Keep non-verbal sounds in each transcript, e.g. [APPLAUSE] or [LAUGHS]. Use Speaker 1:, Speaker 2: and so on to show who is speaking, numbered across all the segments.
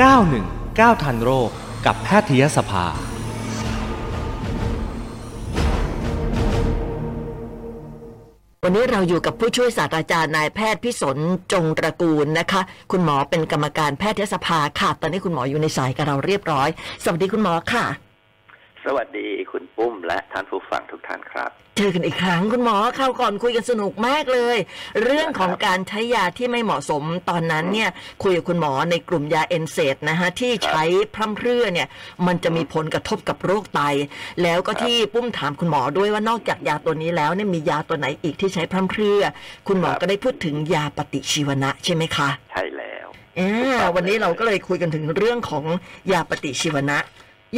Speaker 1: 919 ทันโรคกับแพทยสภา
Speaker 2: วันนี้เราอยู่กับผู้ช่วยศาสตราจารย์นายแพทย์พิสนจงตระกูลนะคะ คุณหมอเป็นกรรมการแพทยสภาค่ะ ตอนนี้คุณหมออยู่ในสายกับเราเรียบร้อย สวัสดีคุณหมอค่ะ
Speaker 3: สวัสดีคุณปุ้มและท่านผู้ฟังทุกท่านครับ
Speaker 2: เจอกันอีกครั้งคุณหมอคราวก่อนคุยกันสนุกมากเลย เรื่องของการใช้ยาที่ไม่เหมาะสมตอนนั้นเนี่ยคุยกับคุณหมอในกลุ่มยาเอนเซดนะฮะที่ใช้พร่ำเพรื่อเนี่ยมันจะมีผลกระทบกับโรคไต แล้วก็ที่ปุ้มถามคุณหมอด้วยว่านอกจากยาตัวนี้แล้วเนี่ยมียาตัวไหนอีกที่ใช้พร่ำเพรื่อ คุณหมอ
Speaker 3: ครับ
Speaker 2: ก็ได้พูดถึงยาปฏิชีวนะใช่ไหมคะ
Speaker 3: ใช่แล้ว
Speaker 2: อ่าวันนี้เราก็เลยคุยกันถึงเรื่องของยาปฏิชีวนะ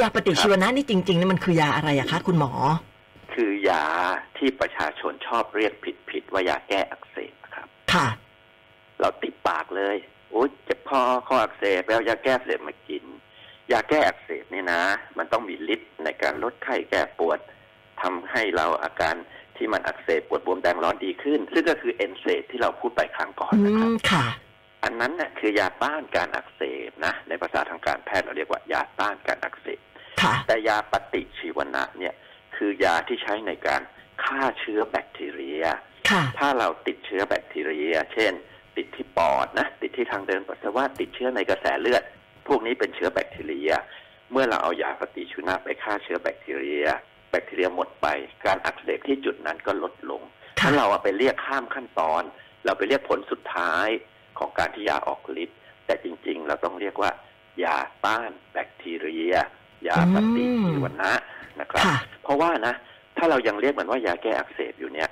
Speaker 2: ยาปฏิชีวนะนี่จริงๆนี่มันคือยาอะไรอะคะ คุณหมอ
Speaker 3: คือยาที่ประชาชนชอบเรียกผิดผิดๆว่ายาแก้อักเสบครับ
Speaker 2: ค่ะ
Speaker 3: เราติดปากเลยโอ้เจ็บคอคออักเสบแล้วยาแก้อักเสบมากิน ยาแก้อักเสบนี่นะ มันต้องมีฤทธิ์ในการลดไข้แก้ปวดทำให้เราอาการที่มันอักเสบปวดบวมแดงร้อนดีขึ้น ซึ่งก็คือเอนเซที่เราพูดไปครั้งก่อน
Speaker 2: อื
Speaker 3: นะครับ
Speaker 2: มค่ะ
Speaker 3: อันนั้นน่ะคือยาต้านการอักเสบนะ ในภาษาทางการแพทย์เราเรียกว่ายาต้านการอักเสบ
Speaker 2: ค่ะ
Speaker 3: แต่ยาปฏิชีวนะเนี่ยคือยาที่ใช้ในการฆ่าเชื้อแบคทีเรีย
Speaker 2: ค่ะ
Speaker 3: ถ้าเราติดเชื้อแบคทีเรีย เช่น ติดที่ปอดนะ ติดที่ทางเดินปัสสาวะติดเชื้อในกระแสเลือด พวกนี้เป็นเชื้อแบคทีเรีย เมื่อเราเอายาปฏิชีวนะไปฆ่าเชื้อแบคทีเรีย แบคทีเรียหมดไป การอักเสบที่จุดนั้นก็ลดลง
Speaker 2: ค่ะ
Speaker 3: ถ้าเราอะไปเรียกข้ามขั้นตอน เราไปเรียกผลสุดท้ายของการที่ยาออกฤทธิ์แต่จริงๆ เราต้องเรียกว่ายาต้านแบคทีเรีย ยาปฏิชีวนะนะครับ
Speaker 2: ค่ะ
Speaker 3: เพราะว่านะ ถ้าเรายังเรียกมันว่ายาแก้อักเสบอยู่เนี่ย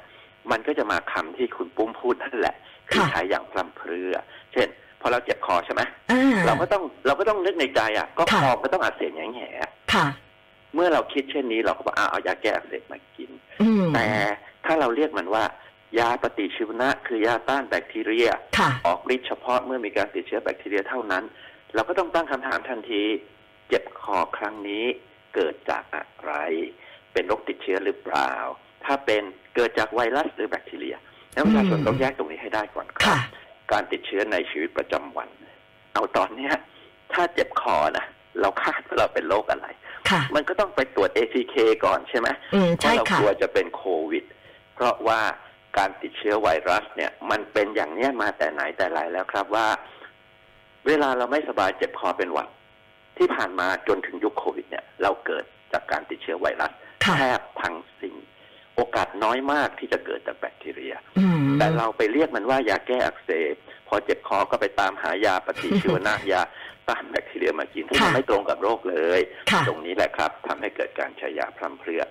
Speaker 3: มันก็จะมาคำที่คุณปุ้มพูดนั่นแหละ คือ
Speaker 2: ค่ะ
Speaker 3: ใช้อย่างพร่ำเพรื่อ เช่น พอเราเจ็บคอใช่ไหม
Speaker 2: อ่า
Speaker 3: เราก็ต้องเราก็ต้องนึกในใจอ่ะ ก็
Speaker 2: ค่ะ
Speaker 3: คอก็ต้องอักเสบอย่างแง่
Speaker 2: ค่ะ
Speaker 3: เมื่อเราคิดเช่นนี้เราก็บอกอ่ะเอายาแก้อักเสบมากิน
Speaker 2: อืม
Speaker 3: แต่ถ้าเราเรียกมันว่า ยาปฏิชีวนะ คือยาต้านแบคทีเรีย
Speaker 2: ค่ะ
Speaker 3: ออกฤทธิ์เฉพาะเมื่อมีการติดเชื้อแบคทีเรียเท่านั้น เราก็ต้องตั้งคำถามทันที เจ็บคอครั้งนี้เกิดจากอะไร เป็นโรคติดเชื้อหรือเปล่า ถ้าเป็นเกิดจากไวรัสหรือแบคทีเรียแล้วประชาชน
Speaker 2: อืม
Speaker 3: ต้องแยกตรงนี้ให้ได้ก่อนครับ
Speaker 2: ค่ะ
Speaker 3: การติดเชื้อในชีวิตประจำวัน เอาตอนเนี้ย ถ้าเจ็บคอนะเราคาดว่าเราเป็นโรคอะไร
Speaker 2: ค่ะ
Speaker 3: มันก็ต้องไปตรวจ ATK ก่อนใช่ไหม
Speaker 2: อืม
Speaker 3: เพ
Speaker 2: ใช่
Speaker 3: ราะเรา
Speaker 2: ค่ะ
Speaker 3: กลัวจะเป็นโควิด เพราะว่าการติดเชื้อไวรัสเนี่ย มันเป็นอย่างเนี้ยมาแต่ไหนแต่ไรแล้วครับว่า เวลาเราไม่สบายเจ็บคอเป็นหวัด ที่ผ่านมาจนถึงยุคโควิด เนี่ย เราเกิดจากการติดเชื้อไวรัส
Speaker 2: ค่ะ
Speaker 3: แทบทั้งสิ้นโอกาสน้อยมากที่จะเกิดจากแบคทีเรีย
Speaker 2: อืม
Speaker 3: แต่เราไปเรียกมันว่ายาแก้อักเสบ พอเจ็บคอก็ไปตามหายาปฏิชีวนะ ยาต้านแบคทีเรียมากินที่งมัน
Speaker 2: ค่ะ
Speaker 3: ไม่ตรงกับโรคเลย
Speaker 2: ค่ะ
Speaker 3: ตรงนี้แหละครับทำให้เกิดการใช้ยาพร่ำเพรื่อ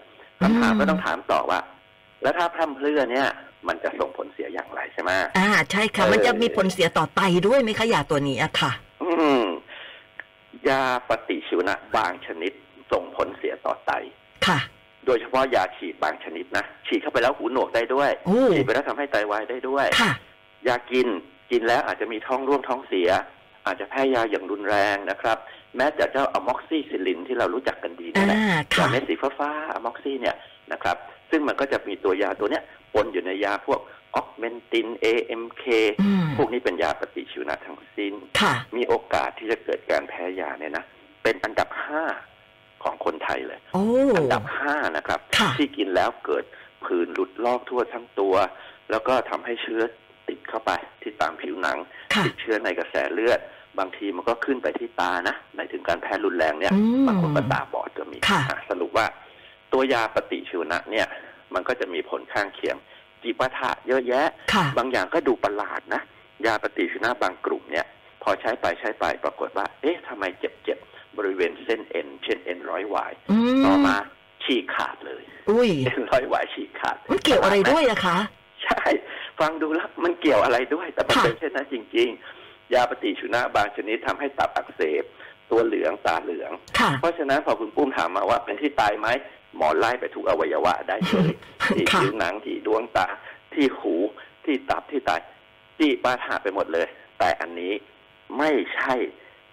Speaker 3: คำถาม
Speaker 2: อืม
Speaker 3: ก็ต้องถามต่อว่า แล้วถ้าพร่ำเพรื่อเนี่ย มันจะส่งผลเสียอย่างไรใช่ไหม
Speaker 2: อ่า ใช่ค่ะ
Speaker 3: เออ
Speaker 2: มันจะมีผลเสียต่อไตด้วยไหมคะยาตัวนี้อะค่ะ
Speaker 3: อืมยาปฏิชีวนะบางชนิดส่งผลเสียต่อไต
Speaker 2: ค่ะ
Speaker 3: โดยเฉพาะยาฉีดบางชนิดนะฉีดเข้าไปแล้วหูหนวกได้ด้วย
Speaker 2: โอ้
Speaker 3: ฉีดไปแล้วทำให้ไตวายได้ด้วย
Speaker 2: ค่ะ
Speaker 3: ยากินกินแล้วอาจจะมีท้องร่วงท้องเสีย อาจจะแพ้ยาอย่างรุนแรงนะครับ แม้แต่เจ้าอะม็อกซิซิลินที่เรารู้จักกันดีนี่
Speaker 2: อ่า
Speaker 3: แหละ ยา
Speaker 2: ค่ะ
Speaker 3: เม็ดสีฟ้าๆอะม็อกซี่เนี่ยนะครับ ซึ่งมันก็จะมีตัวยาตัวเนี้ยปนอยู่ในยาพวกออกเมนติน AMK
Speaker 2: อืม
Speaker 3: พวกนี้เป็นยาปฏิชีวนะทั้งสิ้น
Speaker 2: ค่ะ
Speaker 3: มีโอกาสที่จะเกิดการแพ้ยาเนี่ยนะ เป็นอันดับห้าของคนไทยเลย
Speaker 2: โอ้
Speaker 3: อันดับห้านะครับ
Speaker 2: ค่ะ
Speaker 3: ที่กินแล้วเกิดผื่นหลุดลอกทั่วทั้งตัว แล้วก็ทำให้เชื้อติดเข้าไปที่ตามผิวหนัง
Speaker 2: ค่ะ
Speaker 3: ติดเชื้อในกระแสเลือด บางทีมันก็ขึ้นไปที่ตานะหมายถึงการแพ้รุนแรงเนี่ย
Speaker 2: อืม
Speaker 3: บางคนก็ตาบอดก็มี
Speaker 2: ค่ะ
Speaker 3: อ่ะสรุปว่า ตัวยาปฏิชีวนะเนี่ย มันก็จะมีผลข้างเคียง จีปาถะเยอะแยะ
Speaker 2: ค่ะ
Speaker 3: บางอย่างก็ดูประหลาดนะ ยาปฏิชีวนะบางกลุ่มเนี่ย พอใช้ไปใช้ไปปรากฏว่า เอ๊ะทำไมเจ็บเจ็บๆบริเวณเส้นเอ็น เช่นเอ็นร้อยวาย
Speaker 2: อืม
Speaker 3: ต่อมาฉีกขาดเลย
Speaker 2: อุ้ย
Speaker 3: เอ็นร้อยวายฉีกขาด
Speaker 2: มันเกี่ยวอะไรด้วยอะคะ
Speaker 3: ใช่ ฟังดูแล้วมันเกี่ยวอะไรด้วย แต่มัน
Speaker 2: ค่ะ
Speaker 3: เป็นเช่นนั้นจริง ๆ ยาปฏิชีวนะบางชนิดทำให้ตับอักเสบ ตัวเหลืองตาเหลือง
Speaker 2: ค่ะ
Speaker 3: เพราะฉะนั้นพอคุณปุ้มถามมาว่าเป็นที่ตายไหมหมอไล่ไปทุกอวัยวะได้เลย ที่
Speaker 2: ค่ะ
Speaker 3: ผิวหนังที่ดวงตาที่หูที่ตับที่ไตที่ปาถาไปหมดเลย แต่อันนี้ไม่ใช่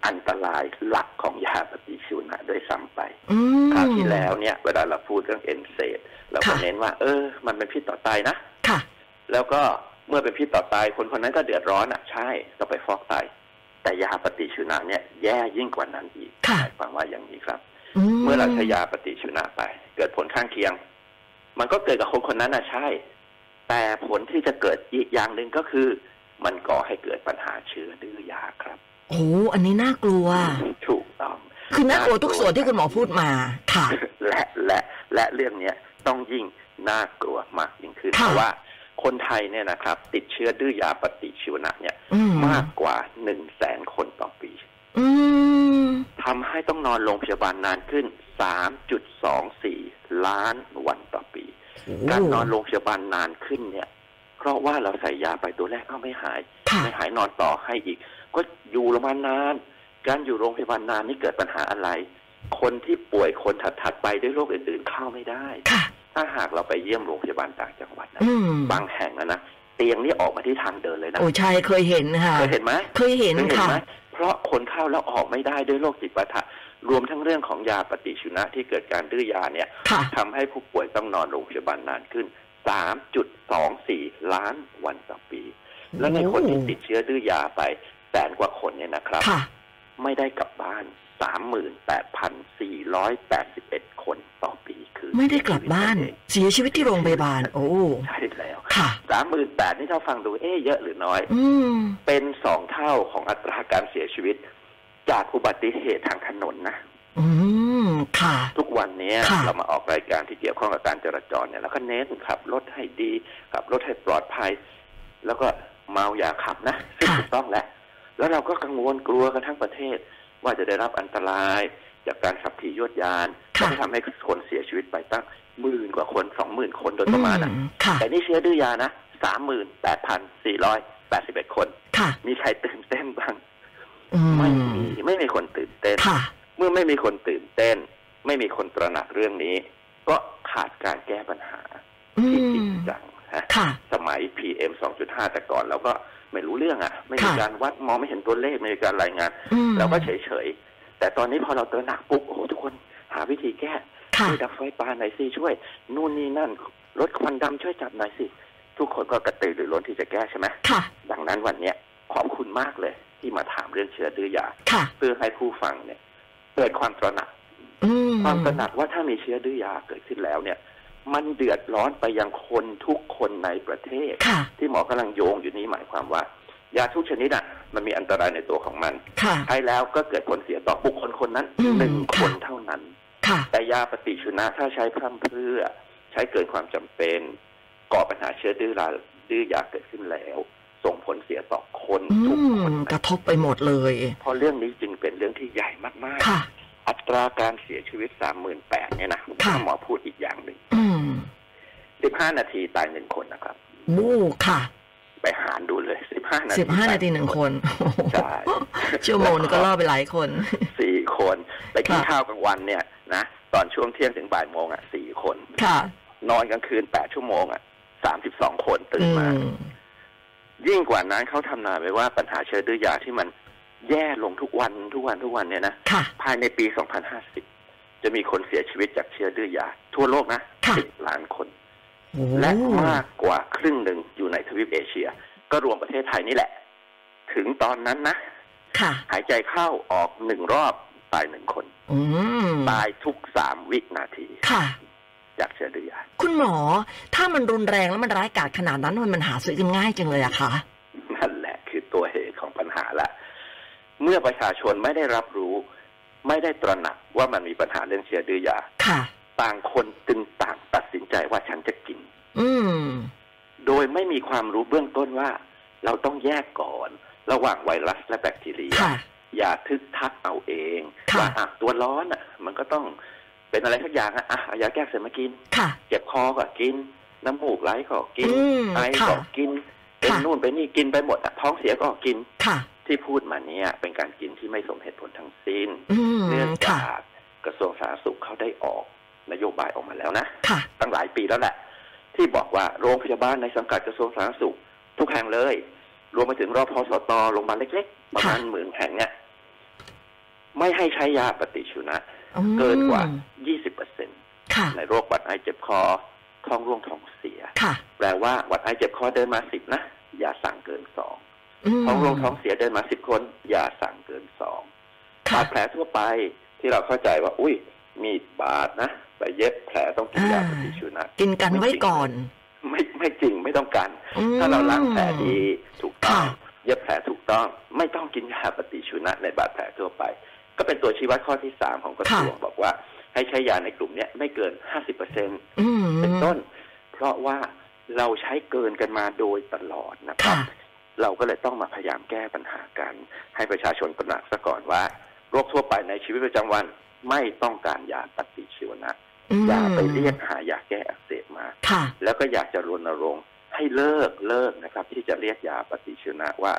Speaker 3: อันตรายหลักของยาปฏิชีวนะด้วยซ้ำไป
Speaker 2: อืม
Speaker 3: คราวที่แล้วเนี่ยเวลาเราพูดเรื่องเอนเซดเราก็
Speaker 2: ค่ะ
Speaker 3: เน้นว่า เออ มันเป็นพิษต่อไตนะ
Speaker 2: ค่ะ
Speaker 3: แล้วก็เมื่อเป็นพิษต่อไตคนคนนั้นก็เดือดร้อนอ่ะใช่ต้องไปฟอกไต แต่ยาปฏิชีวนะเนี่ยแย่ยิ่งกว่านั้นอีก
Speaker 2: ค่ะ
Speaker 3: หมายความว่าอย่างนี้ครับ
Speaker 2: ม
Speaker 3: เมื่อเราใช้ยาปฏิชีวนะไป เกิดผลข้างเคียง มันก็เกิดกับคนคนนั้นนะใช่ แต่ผลที่จะเกิดอีกอย่างหนึ่งก็คือ มันก่อให้เกิดปัญหาเชื้อดื้อยาครับ
Speaker 2: โอ้โหอันนี้น่ากลัว
Speaker 3: ถูกต้อง
Speaker 2: คือน่ากลัวทุกส่วนที่คุณหมอพูดมาค่ะ
Speaker 3: และและและเรื่องเนี้ยต้องยิ่งน่ากลัวมากยิ่งขึ้น
Speaker 2: ค่ะ
Speaker 3: เพราะว่าคนไทยเนี่ยนะครับ ติดเชื้อดื้อยาปฏิชีวนะเนี่ย
Speaker 2: อืม
Speaker 3: มากกว่าหนึ่งแสนคนต่อปี
Speaker 2: อืม
Speaker 3: ทำให้ต้องนอนโรงพยาบาลนานขึ้น 3.24 ล้านวันต่อปี การนอนโรงพยาบาลนานขึ้นเนี่ย เพราะว่าเราใส่ยาไปตัวแรกก็ไม่หาย
Speaker 2: ค่ะ
Speaker 3: ไม่หายนอนต่อให้อีก ก็อยู่โรงพยาบาลนาน การอยู่โรงพยาบาลนานนี่เกิดปัญหาอะไร คนที่ป่วยคนถัดๆไปด้วยโรคอื่นๆเข้าไม่ได้
Speaker 2: ค่ะ
Speaker 3: ถ้าหากเราไปเยี่ยมโรงพยาบาลต่างจังหวัดนะ
Speaker 2: อืม
Speaker 3: บางแห่งนะนะเตียงนี่ออกมาที่ทางเดินเลยนะ
Speaker 2: โอ้ใช่เคยเห็นค่ะ
Speaker 3: เคยเห็นไหม
Speaker 2: เคยเห็น
Speaker 3: เคยเห็น
Speaker 2: ค่ะ
Speaker 3: ไหมเพราะคนเข้าแล้วออกไม่ได้ด้วยโรคจิตประทะรวมทั้งเรื่องของยาปฏิชีวนะที่เกิดการดื้อยาเนี่ย
Speaker 2: ค่ะ
Speaker 3: ทำให้ผู้ป่วยต้องนอนโรงพยาบาลนานขึ้น 3.24 ล้านวันต่อปี และในคนที่ติดเชื้อดื้อยาไปแสนกว่าคนเนี่ยนะครับ
Speaker 2: ค่ะ
Speaker 3: ไม่ได้กลับบ้าน 38,481 คนต่อปีคือ
Speaker 2: ไม่ได้กลับบ้าน เสียชีวิตที่โรงพยาบาล โอ้
Speaker 3: ใช่แล้ว
Speaker 2: ค่ะ
Speaker 3: 38,000นี่ถ้าฟังดูเอ๊ะเยอะหรือน้อย
Speaker 2: อืม
Speaker 3: เป็นสองเท่าของอัตราการเสียชีวิต จากอุบัติเหตุทางถนนนะ
Speaker 2: อืม ค่ะ
Speaker 3: ทุกวันเนี้ย
Speaker 2: ค่ะ
Speaker 3: เรามาออกรายการที่เกี่ยวข้องกับการจราจรเนี่ยแล้วก็เน้นขับรถให้ดีขับรถให้ปลอดภัย แล้วก็เมาอย่าขับนะซึ่งถูกต้องแหละ แล้วเราก็กังวลกลัวกันทั้งประเทศ ว่าจะได้รับอันตราย จากการขับขี่ยวดยาน
Speaker 2: ค่ะ
Speaker 3: ที่ทำให้คนเสียชีวิตไปตั้งหมื่นกว่าคนสองหมื่นคนโดยประมาณนะ
Speaker 2: อืค่ะ
Speaker 3: แต่นี่เชื้อดื้อยานะสามหมื่นแปดพันสี่ร้อยแปดสิบเอ็ดคน
Speaker 2: ค่ะ
Speaker 3: มีใครตื่นเต้นบ้าง
Speaker 2: อืม
Speaker 3: ไม่มีไม่มีคนตื่นเต้น
Speaker 2: ค่ะ
Speaker 3: เมื่อไม่มีคนตื่นเต้น ไม่มีคนตระหนักเรื่องนี้ ก็ขาดการแก้ปัญหา
Speaker 2: อื
Speaker 3: ที่จริง
Speaker 2: ม
Speaker 3: จังฮะ
Speaker 2: ค่ะ
Speaker 3: สมัย PM 2.5 แต่ก่อนเราก็ไม่รู้เรื่องอะ่ะ ไม่มี
Speaker 2: ค่ะ
Speaker 3: การวัดมองไม่เห็นตัวเลขไม่มีการรายงาน
Speaker 2: อืม
Speaker 3: เราก็เฉยเฉยๆแต่ตอนนี้พอเราตระหนักปุ๊บโอ้โหทุกคนหาวิธีแก้
Speaker 2: ค่ะ
Speaker 3: ช่วยดับไฟป่าหน่อยสิช่วย นู่นนี่นั่นลดควันดำช่วยจับหน่อยสิ ทุกคนก็กระตือรือร้นที่จะแก้ใช่ไหม
Speaker 2: ค่ะ
Speaker 3: ดังนั้นวันเนี้ยขอบคุณมากเลย ที่มาถามเรื่องเชื้อดื้อยา
Speaker 2: ค่ะ
Speaker 3: เพื่อให้ผู้ฟังเนี่ยเกิดความตระหนัก
Speaker 2: อืม
Speaker 3: ความตระหนักว่าถ้ามีเชื้อดื้อยาเกิดขึ้นแล้วเนี่ย มันเดือดร้อนไปยังคนทุกคนในประเทศ
Speaker 2: ค่ะ
Speaker 3: ที่หมอกำลังโยงอยู่นี้หมายความว่ายาทุกชนิดอ่ะมันมีอันตรายในตัวของมัน
Speaker 2: ค่ะ
Speaker 3: ใช้แล้วก็เกิดผลเสียต่อบุคคลคนนั้น
Speaker 2: อืม
Speaker 3: หนึ่ง
Speaker 2: ค่ะ
Speaker 3: คนเท่านั้น
Speaker 2: ค่ะ
Speaker 3: แต่ยาปฏิชีวนะถ้าใช้พร่ำเพรื่อ ใช้เกินความจำเป็น ก่อปัญหาเชื้อดื้อราดื้อยาเกิดขึ้นแล้ว ส่งผลเสียต่อคน
Speaker 2: อื
Speaker 3: ทุก
Speaker 2: ม
Speaker 3: คน
Speaker 2: กระทบไปหมดเลย
Speaker 3: เพราะเรื่องนี้จึงเป็นเรื่องที่ใหญ่มากๆ
Speaker 2: ค่ะ
Speaker 3: อัตราการเสียชีวิต 38,000เนี่ยนะ
Speaker 2: ค่ะ
Speaker 3: หมอพูดอีกอย่างหนึ่ง
Speaker 2: อืม
Speaker 3: 15 นาทีตายหนึ่งคนนะครับ
Speaker 2: บู้ค่ะ
Speaker 3: ไปหารดูเลย 15 นาที
Speaker 2: สิบห้า
Speaker 3: ตย
Speaker 2: นาทีหนึ่งคนโอ้โห
Speaker 3: ใช่
Speaker 2: ชั่วโมงหนึ่งก็ล่อไปหลายคน
Speaker 3: สี่คนไปกิน
Speaker 2: ค่ะ
Speaker 3: ข้าวกลางวันเนี่ยนะ ตอนช่วงเที่ยงถึงบ่ายโมงอ่ะสี่คน
Speaker 2: ค่ะ
Speaker 3: นอนกลางคืน 8 ชั่วโมงอ่ะ32 คนตื่
Speaker 2: อื
Speaker 3: นมา
Speaker 2: ม
Speaker 3: ยิ่งกว่านั้นเขาทำนายไว้ว่าปัญหาเชื้อดื้อยาที่มันแย่ลงทุกวันทุกวันทุกวันเนี่ยนะ
Speaker 2: ค่ะ
Speaker 3: ภายในปี 2050 จะมีคนเสียชีวิตจากเชื้อดื้อยา ทั่วโลกนะ
Speaker 2: ค่ะ
Speaker 3: 10ล้านคน
Speaker 2: โอ้
Speaker 3: และมากกว่าครึ่งหนึ่งอยู่ในทวีปเอเชีย ก็รวมประเทศไทยนี่แหละ ถึงตอนนั้นนะ
Speaker 2: ค่ะ
Speaker 3: หายใจเข้าออกหนึ่งรอบ ตายหนึ่งคน
Speaker 2: อืม
Speaker 3: ตายทุกสามวินาที
Speaker 2: ค่ะ
Speaker 3: จากเชื้อดื้อยา
Speaker 2: คุณหมอ ถ้ามันรุนแรงแล้วมันร้ายกาจขนาดนั้นมันมันหาซื้อกันง่ายจังเลยอะค่ะ
Speaker 3: นั่นแหละคือตัวเหตุของปัญหาละ เมื่อประชาชนไม่ได้รับรู้ ไม่ได้ตระหนักว่ามันมีปัญหาเรื่องเชื้อดื้อยา
Speaker 2: ค่ะ
Speaker 3: ต่างคนจึงต่างตัดสินใจว่าฉันจะกิน
Speaker 2: อืม
Speaker 3: โดยไม่มีความรู้เบื้องต้นว่า เราต้องแยกก่อน ระหว่างไวรัสและแบคทีเรีย
Speaker 2: ค่ะ
Speaker 3: อย่าทึกทักเอาเอง
Speaker 2: ค่ะ
Speaker 3: ว่าอ่ะตัวร้อนอ่ะ มันก็ต้องเป็นอะไรสักอย่างอ่ะอ่ะเอายาแก้อักเสบมากิน
Speaker 2: ค่ะ
Speaker 3: เจ็บคอก็กิน น้ำมูกไหลก็กิน
Speaker 2: อืม
Speaker 3: ไอ
Speaker 2: ค่ะ
Speaker 3: ก็กิน เป็น
Speaker 2: ค่ะ
Speaker 3: นู่นเป็นนี่กินไปหมดอ่ะท้องเสียก็กิน
Speaker 2: ค่ะ
Speaker 3: ที่พูดมาเนี้ยเป็นการกินที่ไม่สมเหตุผลทั้งสิ้น
Speaker 2: อืม
Speaker 3: เนื่อง
Speaker 2: ค่ะ
Speaker 3: จากกระทรวงสาธารณสุขเขาได้ออกนโยบายออกมาแล้วนะ
Speaker 2: ค่ะ
Speaker 3: ตั้งหลายปีแล้วแหละ ที่บอกว่าโรงพยาบาลในสังกัดกระทรวงสาธารณสุข ทุกแห่งเลย รวมไปถึงรอพสตโรงพยาบาลเล็กๆ ประมาณหมื่นแห่งเนี่ยไม่ให้ใช้ยาปฏิชีวนะ
Speaker 2: อืม
Speaker 3: เกินกว่า 20%
Speaker 2: ค่ะ
Speaker 3: ในโรคหวัดไอเจ็บคอ ท้องร่วงท้องเสีย
Speaker 2: ค่ะ
Speaker 3: แปลว่าหวัดไอเจ็บคอเดินมาสิบนะ อย่าสั่งเกินสอง
Speaker 2: อืม
Speaker 3: ท้องลงท้องเสียเดินมาสิบคนอย่าสั่งเกินสองบา
Speaker 2: ค่ะ
Speaker 3: ดแผลทั่วไปที่เราเข้าใจว่า อุ้ยมีดบาดนะไปเย็บแผลต้องกินยาปฏิชีวนะ
Speaker 2: กินกันไว้ก่อน
Speaker 3: ไม่ไม่จริงไม่ต้องการ
Speaker 2: อืม
Speaker 3: ถ้าเราล้างแผลดีถูกต้อง
Speaker 2: ค่ะ
Speaker 3: เย็บแผลถูกต้อง ไม่ต้องกินยาปฏิชีวนะในบาดแผลทั่วไป ก็เป็นตัวชี้วัดข้อที่สามของกระทรวงบอกว่า ให้ใช้ยาในกลุ่มเนี้ยไม่เกินห้าสิบเปอร์เซ็น
Speaker 2: อืม
Speaker 3: เป็นต้น เพราะว่าเราใช้เกินกันมาโดยตลอดนะครับ
Speaker 2: ค่ะ
Speaker 3: เราก็เลยต้องมาพยายามแก้ปัญหากัน ให้ประชาชนตระหนักซะก่อนว่า โรคทั่วไปในชีวิตประจำวันไม่ต้องการยาปฏิชีวนะ
Speaker 2: อืม
Speaker 3: อย่าไปเรียกหายาแก้อักเสบมา
Speaker 2: ค่ะ
Speaker 3: แล้วก็อยากจะรณรงค์ให้เลิกเลิกนะครับ ที่จะเรียกยาปฏิชีวนะว่า